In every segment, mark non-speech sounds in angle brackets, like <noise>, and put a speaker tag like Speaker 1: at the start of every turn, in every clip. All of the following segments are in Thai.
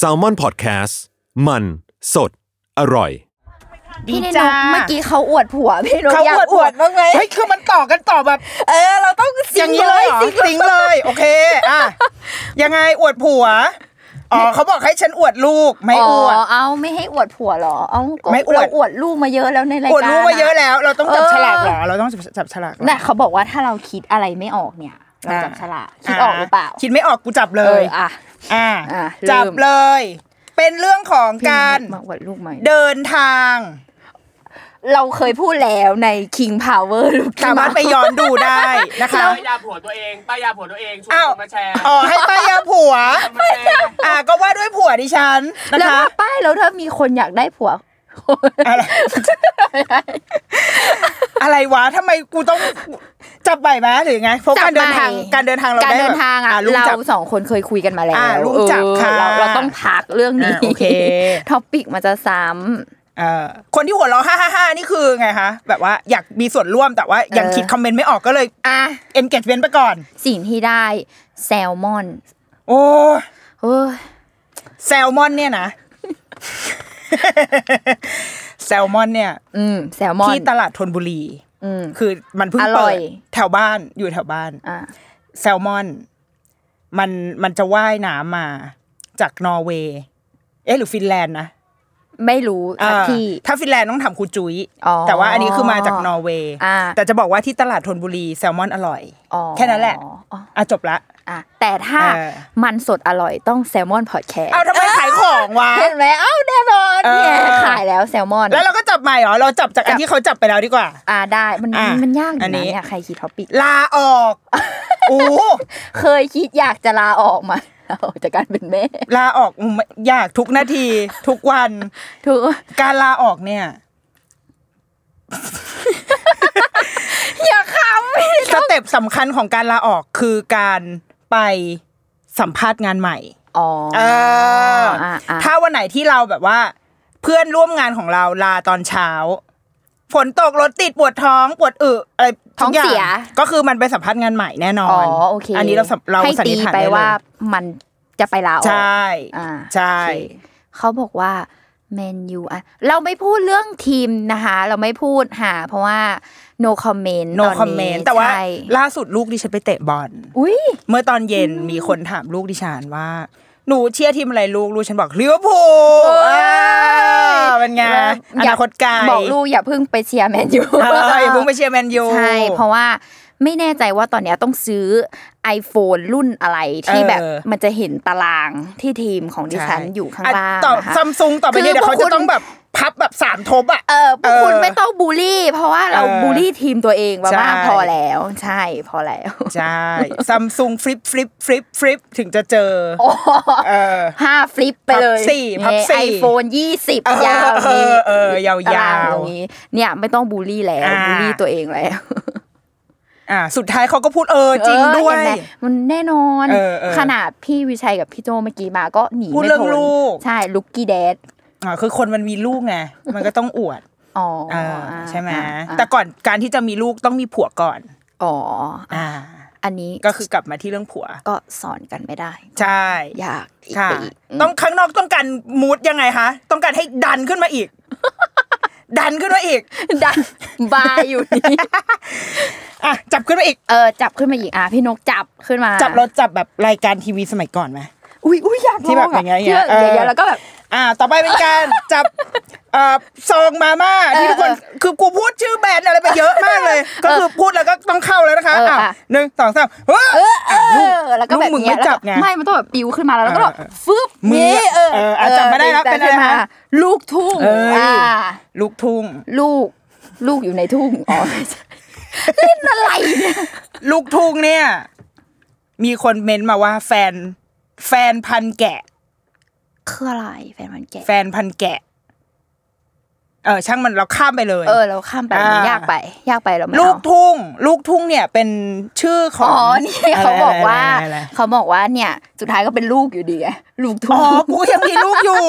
Speaker 1: s a l m o n PODCAST มันสดอร่อย
Speaker 2: ดี
Speaker 3: พี่เน
Speaker 2: จ้า
Speaker 3: นุเมื่อกี้เขาอวดผัวพี่เนนุ
Speaker 2: เขา
Speaker 3: อยาก
Speaker 2: อวด
Speaker 3: อ
Speaker 2: อ
Speaker 3: ว
Speaker 2: ว
Speaker 3: ด
Speaker 2: ด
Speaker 3: บ้างไหม
Speaker 2: เฮ้ยคือมันต่อกันต่อแบบ
Speaker 3: เออ เราต้อง
Speaker 2: อ
Speaker 3: สิ่
Speaker 2: ย่างนี้เลยเหรอ
Speaker 3: สิ่ง
Speaker 2: สิงเลย
Speaker 3: <laughs>
Speaker 2: โอเคอ่ะยังไงอวดผัวอ๋อเขาบอกให้ฉันอวดลูกไม่
Speaker 3: อ๋อ
Speaker 2: อวด
Speaker 3: เอาไม่ให้อวดผัวเหรอ เอาก็
Speaker 2: ไม่อวด
Speaker 3: เราอวดลูกมาเยอะแล้วในรายการ
Speaker 2: อวดลูกมาเยอะ
Speaker 3: น่
Speaker 2: แล้ว เราต้องจับ
Speaker 3: เออ
Speaker 2: ฉลากเหรอเราต้องจับจับฉลากเหรอ
Speaker 3: น่ะเขาบอกว่าถ้าเราคิดอะไรไม่ออกเนี่ยเรา
Speaker 2: อ่า
Speaker 3: จับฉลากคิดออกหรือเปล่า
Speaker 2: คิดไม่ออกกูจับเล
Speaker 3: เอย ออ่ะ
Speaker 2: อ่า
Speaker 3: อ่ะเริ่ม
Speaker 2: จับเลย เป็นเรื่องของ
Speaker 3: พี่
Speaker 2: การ
Speaker 3: มาอวดลูกไหม
Speaker 2: เดินทาง
Speaker 3: เราเคยพูดแล้วใน King Power หรือ King
Speaker 2: สามารถไปย้อนดูได้นะคะ
Speaker 4: ป้ายยาผัวตัวเองป้ายยาผัวตัวเองชวน
Speaker 2: อ้าว
Speaker 4: คนมาแชร์
Speaker 2: อ๋อให้ป้ายาผัว
Speaker 4: มาแชร์
Speaker 2: อ่ะก็ว่าด้วยผัวดิฉันนะ
Speaker 3: แล้ว
Speaker 2: คะ
Speaker 3: มาป้ายแล้วถ้ามีคนอยากได้ผัว
Speaker 2: อะไร อะไรวะทำไมกูต้องจับใบไหมหรือไงเพราะการเดินทาง
Speaker 3: จับใหม่
Speaker 2: การเดินทางเรา
Speaker 3: การ
Speaker 2: ได้
Speaker 3: เดินทางอ่ะ
Speaker 2: ลูก
Speaker 3: เรา
Speaker 2: จับ
Speaker 3: สองคนเคยคุยกันมาแล้ว
Speaker 2: อ่ะลุงจับ
Speaker 3: เออ
Speaker 2: ค่ะ
Speaker 3: เราเราต้องพักเรื่องนี้
Speaker 2: อ่ะโอ
Speaker 3: <laughs>
Speaker 2: เค
Speaker 3: ท็อปิกมันจะซ้ำ
Speaker 2: เอ่อคนที่หัวเราะฮ่าฮ่าฮ่านี่คือไงคะ แบบว่าอยากมีส่วนร่วมแต่ว่ายัง
Speaker 3: เออ
Speaker 2: คิดคอมเมนต์ไม่ออกก็เลย
Speaker 3: อ่ะ
Speaker 2: engagement ไปก่อน
Speaker 3: สิ่งที่ได้แซลมอน
Speaker 2: โอ้
Speaker 3: เอ้ย
Speaker 2: แซลมอนเนี่ยนะ แซลมอนเนี่ย
Speaker 3: อืมแซลมอน
Speaker 2: ที่ตลาดธนบุรี
Speaker 3: อืม
Speaker 2: คือมันเพิ่ง
Speaker 3: อร่
Speaker 2: เปิ
Speaker 3: อ
Speaker 2: ด
Speaker 3: ย
Speaker 2: แถวบ้านอยู่แถวบ้าน
Speaker 3: อ่ะ
Speaker 2: แซลมอน มันมันจะว่ายน้ำมาจากนอร์เวย์เอ๊ะหรือฟินแลนด์นะ
Speaker 3: ไม่รู้
Speaker 2: อ่า
Speaker 3: สักที่
Speaker 2: ถ้าฟินแลนด์ต้องทำคูจุย
Speaker 3: อ๋อ
Speaker 2: แต่ว่าอันนี้คือมาจากนอร์เวย์
Speaker 3: อ่า
Speaker 2: แต่จะบอกว่าที่ตลาดธนบุรีแซลมอนอร่อย
Speaker 3: อ๋อ
Speaker 2: แค่นั้นแหละ
Speaker 3: อ๋อ
Speaker 2: อ่ะจบละ
Speaker 3: อ่ะแต่ถ้า
Speaker 2: เออ
Speaker 3: มันสดอร่อยต้องแซลมอนพอดแคสต์
Speaker 2: เอาทำไมขายของวะ
Speaker 3: <laughs> เห็นไหมเอ้าแน่นอน
Speaker 2: เออ
Speaker 3: เนี่ยขายแล้วแซลมอน
Speaker 2: แล้วเราก็จับใหม่เหรอเราจับจากอั
Speaker 3: จั
Speaker 2: น
Speaker 3: บ
Speaker 2: ที่เขาจับไปแล้วดีกว่า
Speaker 3: อ่ะได้มัน
Speaker 2: อ่ะ
Speaker 3: มันยากอยู่
Speaker 2: อันนี้
Speaker 3: นะเนี่ยใครคิดท็อปิก
Speaker 2: ลาอ
Speaker 3: <laughs>
Speaker 2: อกโอ้
Speaker 3: เคยคิดอยากจะลาออกมา <laughs> ลาออกจากการเป็นแม่ <laughs>
Speaker 2: ลาออกอืมอยากทุกนาที ทุกวัน
Speaker 3: ถูก
Speaker 2: การลาออกเนี่ย
Speaker 3: <laughs> อย่าขำ
Speaker 2: สเต็ปสำคัญของการลาออกคือการไปสัมภาษณ์งานใหม่
Speaker 3: อ๋อ
Speaker 2: เอออถ้าวันไหนที่เราแบบว่า เพื่อนร่วมงานของเราลาตอนเช้า ฝนตกรถติดปวดท้องปวดอึอะไร
Speaker 3: ท้
Speaker 2: ทุ
Speaker 3: อง
Speaker 2: กย่า
Speaker 3: เสีย
Speaker 2: ก็คือมันไปสัมภาษณ์งานใหม่แน่นอน
Speaker 3: อ๋อโอเคน
Speaker 2: นี้เราสัมเรา
Speaker 3: ให้
Speaker 2: สัน
Speaker 3: ตี
Speaker 2: นิษฐาน
Speaker 3: ไป
Speaker 2: ด้เลย
Speaker 3: ว่ามันจะไปลาออก
Speaker 2: ใช่
Speaker 3: อ่า
Speaker 2: ใช่
Speaker 3: โอเคเขาบอกว่าแมนยูอ่ะเราไม่พูดเรื่องทีมนะคะ เราไม่พูดหา เพราะว่า no comment
Speaker 2: no
Speaker 3: ตอนนี้
Speaker 2: comment แต่ว่า
Speaker 3: ใช่
Speaker 2: ล่าสุดลูกดิฉันไปเตะบอล
Speaker 3: อุ้ย
Speaker 2: เมื่อตอนเย็นมีคนถามลูกดิฉันว่า หนูเชียร์ทีมอะไรลูกลูกฉันบอกลิเวอร์พูลอ่าเป็นไงอ
Speaker 3: อย่
Speaker 2: นาคตไกล
Speaker 3: บอกลูกอย่าเพิ่งไปเชียร์แมนยู
Speaker 2: เอออย่าเพิ่งไปเชียร์แมนยู
Speaker 3: ใช่ เพราะว่าไม่แน่ใจว่าตอนเนี้ยต้องซื้อ iPhone รุ่นอะไรที่แบบมันจะเห็นตารางที่ทีมของดิฉันอยู่ข้างล่าง
Speaker 2: ต่อ
Speaker 3: นะคะ
Speaker 2: ซัมซุงต่อไปเนี่ยเดี๋ยวเขา
Speaker 3: คื
Speaker 2: จะ
Speaker 3: พวกคุณ
Speaker 2: ต้องแบบพับแบบสามทบอ่ะ
Speaker 3: เออพวกคุณ
Speaker 2: เออ
Speaker 3: ไม่ต้องบูลลี่ เพราะว่าเรา
Speaker 2: เออ
Speaker 3: บูลลี่ทีมตัวเองมาบ้าง
Speaker 2: ใช่
Speaker 3: พอแล้ว ใช่พอแล้ว
Speaker 2: ใช่ซัมซุงฟลิปฟลิปฟลิปฟลิปถึงจะเจอเออ
Speaker 3: ห้าฟลิปไปเลย
Speaker 2: พับสี่พับสี่
Speaker 3: ไอโฟนยี่สิบ
Speaker 2: เออย
Speaker 3: าวนี้
Speaker 2: เออยาวๆ
Speaker 3: ตรงตรงนี้ เนี่ยไม่ต้องบูลลี่แล้ว
Speaker 2: อ่า
Speaker 3: บูลลี่ตัวเองแล้ว
Speaker 2: อ่าสุดท้ายเขาก็พูดเออจริงด้วย
Speaker 3: เออเห็นไหมมันแน่นอน
Speaker 2: เออเออ
Speaker 3: ขนาดพี่วิชัยกับพี่โจเมื่อกี้มาก็หนี
Speaker 2: พูด
Speaker 3: ไม่
Speaker 2: เรื่อง
Speaker 3: พ้น
Speaker 2: ลูก
Speaker 3: ใช่ลุกกี้แดด
Speaker 2: อ่าคือคนมันมีลูกไงมันก็ต้องอวด
Speaker 3: อ๋อ
Speaker 2: เออใช่ไหม
Speaker 3: อ่าอ่า
Speaker 2: แต่ก่อนการที่จะมีลูกต้องมีผัวก่อน
Speaker 3: อ๋ออ่ะ
Speaker 2: อ่า
Speaker 3: อันนี้
Speaker 2: ก็คือกลับมาที่เรื่องผัว
Speaker 3: ก็สอนกันไม่ได้
Speaker 2: ใช่
Speaker 3: อยากอีก
Speaker 2: ค่ะ
Speaker 3: ไปอีก
Speaker 2: ต้องข้างนอกต้องการมูดยังไงคะต้องการให้ดันขึ้นมาอีก <laughs> ดันขึ้นมาอีก
Speaker 3: ดันบายอยู่นี่
Speaker 2: อ่ะจับขึ้นมาอีก
Speaker 3: เออจับขึ้นมาอีกอ่ะพี่นกจับขึ้นมา
Speaker 2: จับเราจับแบบรายการทีวีสมัยก่อนไหม
Speaker 3: อุ้ยอุ้ยอยาก
Speaker 2: ที่แบบอย่างเงี้ย
Speaker 3: เยอะ
Speaker 2: เออ
Speaker 3: เยอะๆแล้วก็แบบ
Speaker 2: อ่า ต่อไปเป็นการ
Speaker 3: <laughs>
Speaker 2: จับเอ่อซองมาม่าที่ทุกคน คือกูพูดชื่อแบรนด์อะไรไปเยอะมากเลย ก็คือพูดแล้วก็ต้องเข้าแล้วนะคะ
Speaker 3: เออ
Speaker 2: อ้าว
Speaker 3: อ่ะ
Speaker 2: หนึ่งสองสามเฮ้ย
Speaker 3: เออเอ
Speaker 2: อ่ะลูก
Speaker 3: อแล้วก็แบบ
Speaker 2: ลูกมึง
Speaker 3: เนี้ย
Speaker 2: ไม่จับไง
Speaker 3: แล้วก็ไม่มันต้องแบบปิวขึ้นมาแล้วแล้วก็แบบ
Speaker 2: เออเออ
Speaker 3: ฟึบ
Speaker 2: มือ
Speaker 3: นี่เออ
Speaker 2: เอออ่ะจับไม่ได้แล้วเป็นอะไร
Speaker 3: จับขึ้มา
Speaker 2: ฮะ
Speaker 3: ลูกทุ่ง
Speaker 2: เอ้ย
Speaker 3: อ่า
Speaker 2: ลูกทุ่ง
Speaker 3: ลูกลูกอยู่ในทุ่งอ๋อไม่ใช่เล่นอะไรเนี่ย
Speaker 2: ลูกทุ่งเนี่ย มีคนเม้นมาว่าแฟน แฟนพันธุ์แกะ
Speaker 3: คืออะไรแฟนมันแกะ
Speaker 2: แฟนพันธุ์แกะ เออช่างมันเราข้ามไปเลย
Speaker 3: เออเราข้ามไปมัน
Speaker 2: อ่าย
Speaker 3: ยากไป ยากไปเราไม่
Speaker 2: ลูก
Speaker 3: เอา
Speaker 2: ทุ่ง ลูกทุ่งเนี่ยเป็นชื่อขอ
Speaker 3: อ๋
Speaker 2: ง
Speaker 3: อนี่เขาบอกว่า
Speaker 2: อะไรๆๆๆ
Speaker 3: เขาบอกว่าเนี่ย สุดท้ายก็เป็นลูกอยู่ดีไงลูกทุ่
Speaker 2: อ๋อง กูยังมีลูกอยู่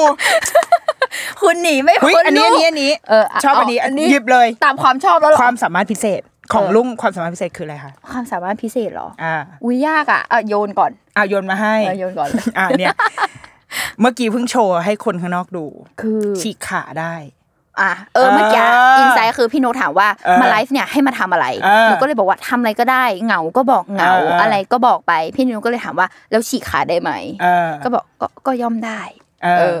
Speaker 3: คุณหนีไม่
Speaker 2: อุ๊ย
Speaker 3: พ้น
Speaker 2: อันนี้
Speaker 3: ลู
Speaker 2: อัน
Speaker 3: ก
Speaker 2: นี้อันนี้
Speaker 3: เอออ่ะ
Speaker 2: ชอบอันนี้
Speaker 3: เอาอันนี้
Speaker 2: หยิบเลย
Speaker 3: ตามความชอบแล้วเหรอ
Speaker 2: ความสามารถพิเศษของ
Speaker 3: เออ
Speaker 2: ลุงความสามารถพิเศษคืออะไรคะ
Speaker 3: ความสามารถพิเศษเหรอ
Speaker 2: อ่า
Speaker 3: อุ้ยยากอ่ะเอาโยนก่อน
Speaker 2: อ่ะโยนมาให้
Speaker 3: เอาโยนก่อน
Speaker 2: อ่าเนี่ย เมื่อกี้เพิ่งโชว์ให้คนข้างนอกดู
Speaker 3: <laughs> คือ
Speaker 2: ฉีกขาได้
Speaker 3: อ่ะเออเมื่อกี้
Speaker 2: เอออิ
Speaker 3: นไซต์คือพี่โนตถามว่า
Speaker 2: เออ
Speaker 3: มาไลฟ์เนี่ยให้มาทำอะไร
Speaker 2: เออ
Speaker 3: หนูก็เลยบอกว่าทำอะไรก็ได้เหงาก็บอกเหงา
Speaker 2: เออเอออ
Speaker 3: อะไรก็บอกไป พี่โนตก็เลยถามว่าแล้วฉีกขาได้ไหม
Speaker 2: เออ
Speaker 3: ก็บอกก็ก็ย่อมได้
Speaker 2: เอ
Speaker 3: เอ
Speaker 2: อ
Speaker 3: อ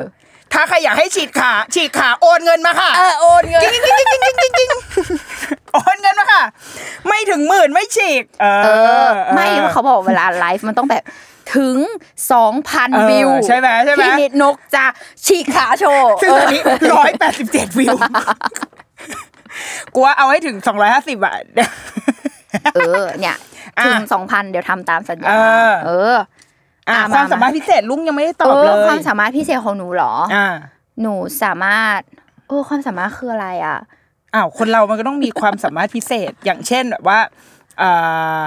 Speaker 2: ถ้าใครอยากให้ฉีกขา ฉีกขาโอนเงินมาค่ะ
Speaker 3: เออโอนเงิน
Speaker 2: จริงจริงจริงจริงจริงจริงจริงโอนเงินมาค่ะ ไม่ถึงหมื่นไม่ฉีก เออ
Speaker 3: เออ ไม่
Speaker 2: ออ
Speaker 3: เขาบอกเวลาไลฟ์มันต้องแบบถึงสองพัน
Speaker 2: เออ
Speaker 3: วิว
Speaker 2: ใช่ไหมใช่ไหม
Speaker 3: ที่นิดนกจะฉีกขาโชว์
Speaker 2: ซึ่ง
Speaker 3: เอ
Speaker 2: ตอ
Speaker 3: อน
Speaker 2: นี้ร้อยแปดสิบเจ็ดวิวกลัวเอาให้ถึงสองร้อยห้าสิบอ่ะ
Speaker 3: เออเนี่ย
Speaker 2: อ่ะ
Speaker 3: ถึงสองพันเดี๋ยวทำตามสัญญา
Speaker 2: เออ
Speaker 3: เออ
Speaker 2: อ่ะ
Speaker 3: อ่ะ
Speaker 2: ค
Speaker 3: มา
Speaker 2: วามสามารถพิเศษลุงยังไม่ได้ตอบเล
Speaker 3: เออย ความสามารถพิเศษของหนูเหรอ
Speaker 2: อ่า
Speaker 3: หนูสามารถโอ้ความสามารถคืออะไรอ่ะ
Speaker 2: อ้าวคนเรามันก็ต้องมีความสามารถพิเศษ <laughs> อย่างเช่นแบบว่าเออ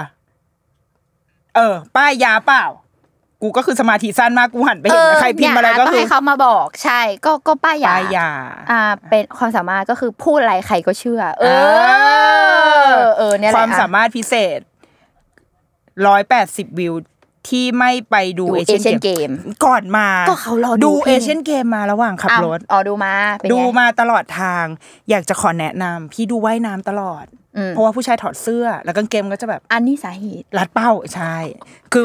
Speaker 2: เออ ป้ายยาเปล่า กูก็คือสมาธิสั้นมากกูหันไป
Speaker 3: เอ
Speaker 2: เห็น
Speaker 3: อ
Speaker 2: ใครพิมพ์อะไรก็
Speaker 3: เนี่ยะต้ง
Speaker 2: คือ
Speaker 3: ให้เขามาบอกใช่ก็ก็ป้ายยา
Speaker 2: ป้ายยา
Speaker 3: อ่า เป็นความสามารถก็คือพูดอะไรใครก็เชื่อ เอ
Speaker 2: เออ
Speaker 3: อ เออเนี่ยแห
Speaker 2: ค
Speaker 3: ละ
Speaker 2: วามสามารถพิเศษร้อยแปดสิบวิวที่ไม่ไปดู
Speaker 3: ดู
Speaker 2: เอ
Speaker 3: เอ
Speaker 2: เชี
Speaker 3: เชี
Speaker 2: ย
Speaker 3: ย
Speaker 2: น
Speaker 3: น
Speaker 2: เก
Speaker 3: เก
Speaker 2: ม
Speaker 3: ม
Speaker 2: ก่อนมา
Speaker 3: ก็เขารอดู
Speaker 2: ดู
Speaker 3: เพ
Speaker 2: เอ
Speaker 3: ลง
Speaker 2: เชียนเกมมาระหว่างขับรถ
Speaker 3: อ้าวอ๋อดูมาเป็นไง
Speaker 2: ดูมาตลอดทาง อยากจะขอแนะนำพี่ดูว่ายน้ำตลอด
Speaker 3: อืม
Speaker 2: เพราะว่าผู้ชายถอดเสื้อ แล้วกางเกงก็จะแบบ
Speaker 3: อันนี้สาเหตุ
Speaker 2: รัดเป้าใช่ คือ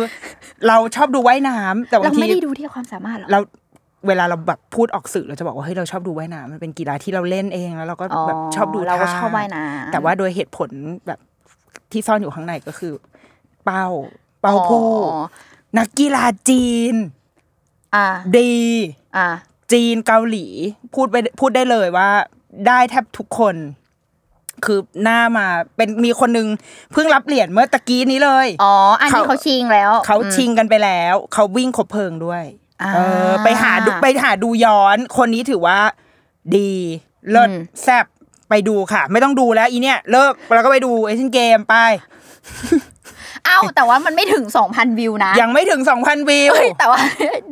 Speaker 2: เราชอบดูว่ายน้ำแต่บา
Speaker 3: เรา
Speaker 2: งที
Speaker 3: ไม่ได้ดูที่ความสามารถหรอ
Speaker 2: เราเวลาเราแบบพูดออกสื่อเราจะบอกว่าเฮ้ยเราชอบดูว่ายน้ำมันเป็นกีฬาที่เราเล่นเองแล้วเราก็
Speaker 3: อ๋อ
Speaker 2: แบบชอบดู
Speaker 3: เราก็
Speaker 2: ท่
Speaker 3: ชอบว่ายน้ำ
Speaker 2: แต่ว่าโดยเหตุผลแบบที่ซ่อนอยู่ข้างในก็คือ เป้าเป้าผู้
Speaker 3: อ๋อ
Speaker 2: นักกีฬาจีน
Speaker 3: อ่า
Speaker 2: ดี
Speaker 3: อ่า
Speaker 2: จีนเกาหลี พูดไปพูดได้เลยว่า ได้แทบทุกคน คือหน้ามาเป็นมีคนนึงเพิ่งรับเหรียญเมื่อตะกี้นี้เลย
Speaker 3: อ๋ออันนี้เขาชิงแล้ว
Speaker 2: เขา
Speaker 3: อืม
Speaker 2: ชิงกันไปแล้ว เขาวิ่งขบเพลิงด้วย
Speaker 3: อ่า
Speaker 2: เออ ไปหาดูไปหาดูย้อน คนนี้ถือว่า ดีเลิศ
Speaker 3: อืม
Speaker 2: แซบไปดูค่ะ ไม่ต้องดูแล้ว อีเนี่ย เลิกแล้วก็ไปดูเอเชียนเกมไป
Speaker 3: เอ้าแต่ว่ามันไม่ถึง2,000วิวนะ
Speaker 2: ยังไม่ถึงสองพันวิว
Speaker 3: เอ้ยแต่ว่า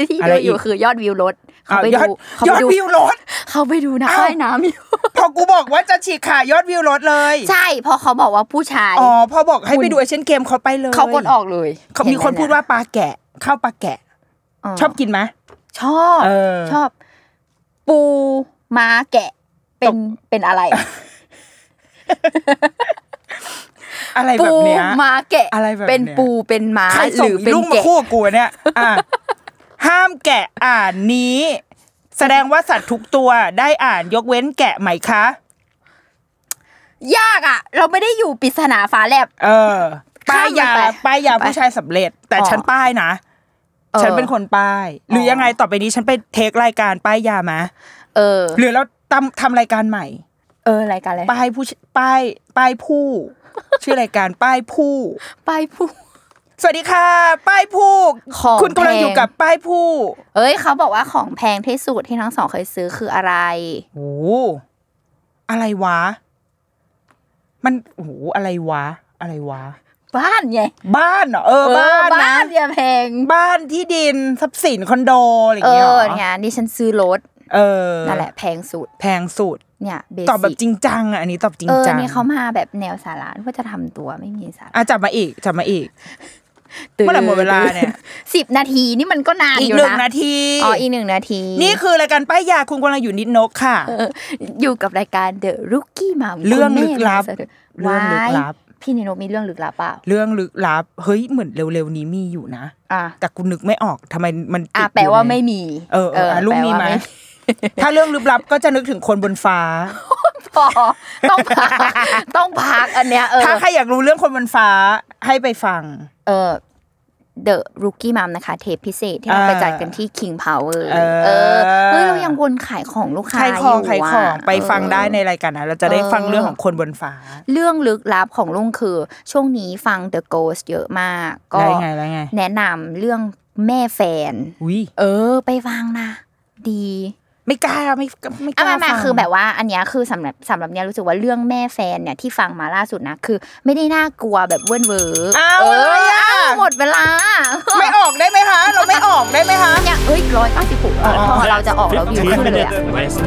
Speaker 3: ที่
Speaker 2: อะไร
Speaker 3: ดู
Speaker 2: อีก
Speaker 3: อยู่คือยอดวิวลดเขา
Speaker 2: อ้าว
Speaker 3: ไป
Speaker 2: ยอด
Speaker 3: ดู
Speaker 2: ย
Speaker 3: เขาไป
Speaker 2: อด
Speaker 3: ดู
Speaker 2: วิวล
Speaker 3: <laughs>
Speaker 2: ด
Speaker 3: เขาไปดูนะ
Speaker 2: อ้าว
Speaker 3: ว่ายน้ำอยู่
Speaker 2: พอกูบอกว่าจะฉีกขายอดวิวลดเลย
Speaker 3: ใช่เพอเขาบอกว่าผู้ชาย
Speaker 2: อ๋อพอบอกให้ไป
Speaker 3: คุณ
Speaker 2: ดูเอเชียนเกมเขาไปเลย
Speaker 3: เขากดออกเลย
Speaker 2: เขามีคนพูดว่าปลาแกะข้าวปลาแกะ ชอบกินไหม
Speaker 3: ชอบ
Speaker 2: เออ
Speaker 3: ชอบ ปูม้าแกะ เป็นเป็นอะไร
Speaker 2: อะไรแบ
Speaker 3: ปู
Speaker 2: บเนี้ย
Speaker 3: ม้าแกะ
Speaker 2: อะไรแบบเนี้ย
Speaker 3: เป็นปูเป็นม้า
Speaker 2: ใคร
Speaker 3: ห
Speaker 2: ส่ง
Speaker 3: รือเป็น
Speaker 2: ลูกมา
Speaker 3: แกะ
Speaker 2: คู่กับกูเนี่ยอ่ะห้ามแกะอ่านนี้ แสดงว่าสัตว์ทุกตัวได้อ่านยกเว้นแกะไหมคะ
Speaker 3: ยากอ่ะ เราไม่ได้อยู่ปริศนาฟ้าแลบ
Speaker 2: เออ ป้ายยา
Speaker 3: ข้ามมันไป
Speaker 2: ป้ายยาผู้ชายสำเร็จ แต่
Speaker 3: อ๋อ
Speaker 2: ฉันป้ายนะ
Speaker 3: เออ
Speaker 2: ฉันเป็นคนป้าย หรืออ
Speaker 3: อ
Speaker 2: ยังไงต่อไปนี้ฉันไปเทครายการป้ายยามะ
Speaker 3: เออ
Speaker 2: หรือเราทำทำรายการใหม่
Speaker 3: เออรายการอะไร
Speaker 2: ป้ายผู้ชป้ายป้ายผู้ ชื่อรายการป้ายผู้
Speaker 3: ป้ายผู้
Speaker 2: สวัสดีค่ะ ป้ายผู้
Speaker 3: ของ
Speaker 2: คุณกำลัง
Speaker 3: แพง
Speaker 2: อยู่กับป้ายผู้
Speaker 3: เอ้ยเขาบอกว่าของแพงที่สุดที่ทั้งสองเคยซื้อคืออะไร
Speaker 2: โอ้โหอะไรวะ มันโอ้โหอะไรวะ อะไรวะ
Speaker 3: บ้านไง
Speaker 2: บ้านเหรอเออ บ้าน
Speaker 3: เออ
Speaker 2: นะ
Speaker 3: บ้านอย่าแพง
Speaker 2: บ้านที่ดินทรัพย์สินคอนโดอะไรอย่า
Speaker 3: เอง
Speaker 2: เงี้ยเห
Speaker 3: อ
Speaker 2: รอ
Speaker 3: เนี่ยดิฉันซื้อรถ
Speaker 2: เออ
Speaker 3: นั่นแหละแพงสุด
Speaker 2: แพงสุด
Speaker 3: เนี่ยเบ
Speaker 2: ตอบแบบจ
Speaker 3: สิก
Speaker 2: ริงจังอ่ะอันนี้ตอบจริง
Speaker 3: เออ
Speaker 2: จัง
Speaker 3: เนี่ยเขามาแบบแนวสาระว่าจะทำตัวไม่มีสาระ
Speaker 2: อ่ะจับมาอีกจับมาอีก เมื่อไหร่หมดเวลาเนี่ย
Speaker 3: สิบนาทีนี่มันก็นาน
Speaker 2: อีก
Speaker 3: อยู่
Speaker 2: หนึ่ง
Speaker 3: นะ
Speaker 2: นาที
Speaker 3: อ๋ออีกหนึ่งนาที
Speaker 2: นี่คือรายการป้ายยาคุณกำลังอยู่นิดนกค่ะ
Speaker 3: เอออยู่กับรายการ The Rookie Mom
Speaker 2: เรื่องลึกลับ
Speaker 3: คุณแม่มาเสนอ
Speaker 2: เรื่องลึกลับ
Speaker 3: ว้ายพี่นิโนมีเรื่องลึกลับเปล่า
Speaker 2: เรื่องลึกลับเฮ้ยเหมือนเร็วๆนี้มีอยู่นะ
Speaker 3: อ่ะ
Speaker 2: แต่กูนึกไม่ออกทำไมมันติด
Speaker 3: อ่ะ
Speaker 2: ยู่
Speaker 3: แปลว่า
Speaker 2: ใน
Speaker 3: ไม่มี
Speaker 2: เออเอออ่ะลุงมีไหม
Speaker 3: แปลว่า
Speaker 2: ถ้าเรื่องลึกลับก็จะนึกถึงคนบนฟ้า
Speaker 3: <laughs> พอต้องพักต้องพักอันเนี้ยเออ
Speaker 2: ถ้าใครอยากรู้เรื่องคนบนฟ้าให้ไปฟัง
Speaker 3: เออ The Rookie Mom นะคะ เทปพิเศษที่เรา
Speaker 2: อ่า
Speaker 3: ไปจัดกันที่ King Power
Speaker 2: เออ
Speaker 3: เออเฮ้ยเรายังวนขายของลูกค้า
Speaker 2: ใครของ
Speaker 3: ยู่ะ
Speaker 2: ใครของไปฟังได้ใน
Speaker 3: เออ
Speaker 2: รายการนะเราจะได้
Speaker 3: เออ
Speaker 2: ฟังเรื่องของคนบนฟ้า
Speaker 3: เรื่องลึกลับของลุงคือ ช่วงนี้ฟัง The Ghost เยอะมาก ก็
Speaker 2: ได้ไงได้ไง
Speaker 3: แนะนำเรื่อง แม่แฟน
Speaker 2: อุ้ย
Speaker 3: เออ ไปฟังนะ ดี
Speaker 2: ไม่กล้าไม่ไม่ก
Speaker 3: อ่ะ
Speaker 2: ล้า
Speaker 3: มามา
Speaker 2: ฟัง
Speaker 3: คือแบบว่า อันเนี้ยคือสำหรับสำหรับเนี้ยรู้สึกว่าเรื่องแม่แฟนเนี่ยที่ฟังมาล่าสุดนะคือ ไม่ได้น่ากลัวแบบเวิ้นเวอร์
Speaker 2: อ้าว
Speaker 3: เอ
Speaker 2: อะไร
Speaker 3: อ
Speaker 2: อ่ะ
Speaker 3: อ้าวหมดเวลา
Speaker 2: ไม่ออกได้ไหมคะ เราไม่ออกได้ไหมคะ
Speaker 3: เนี่ยเอ้ยร้อยเก้าสิบหก
Speaker 2: อ๋อ
Speaker 3: พอเราจะออกแล้ววิวขึ้นเลยอะ
Speaker 4: West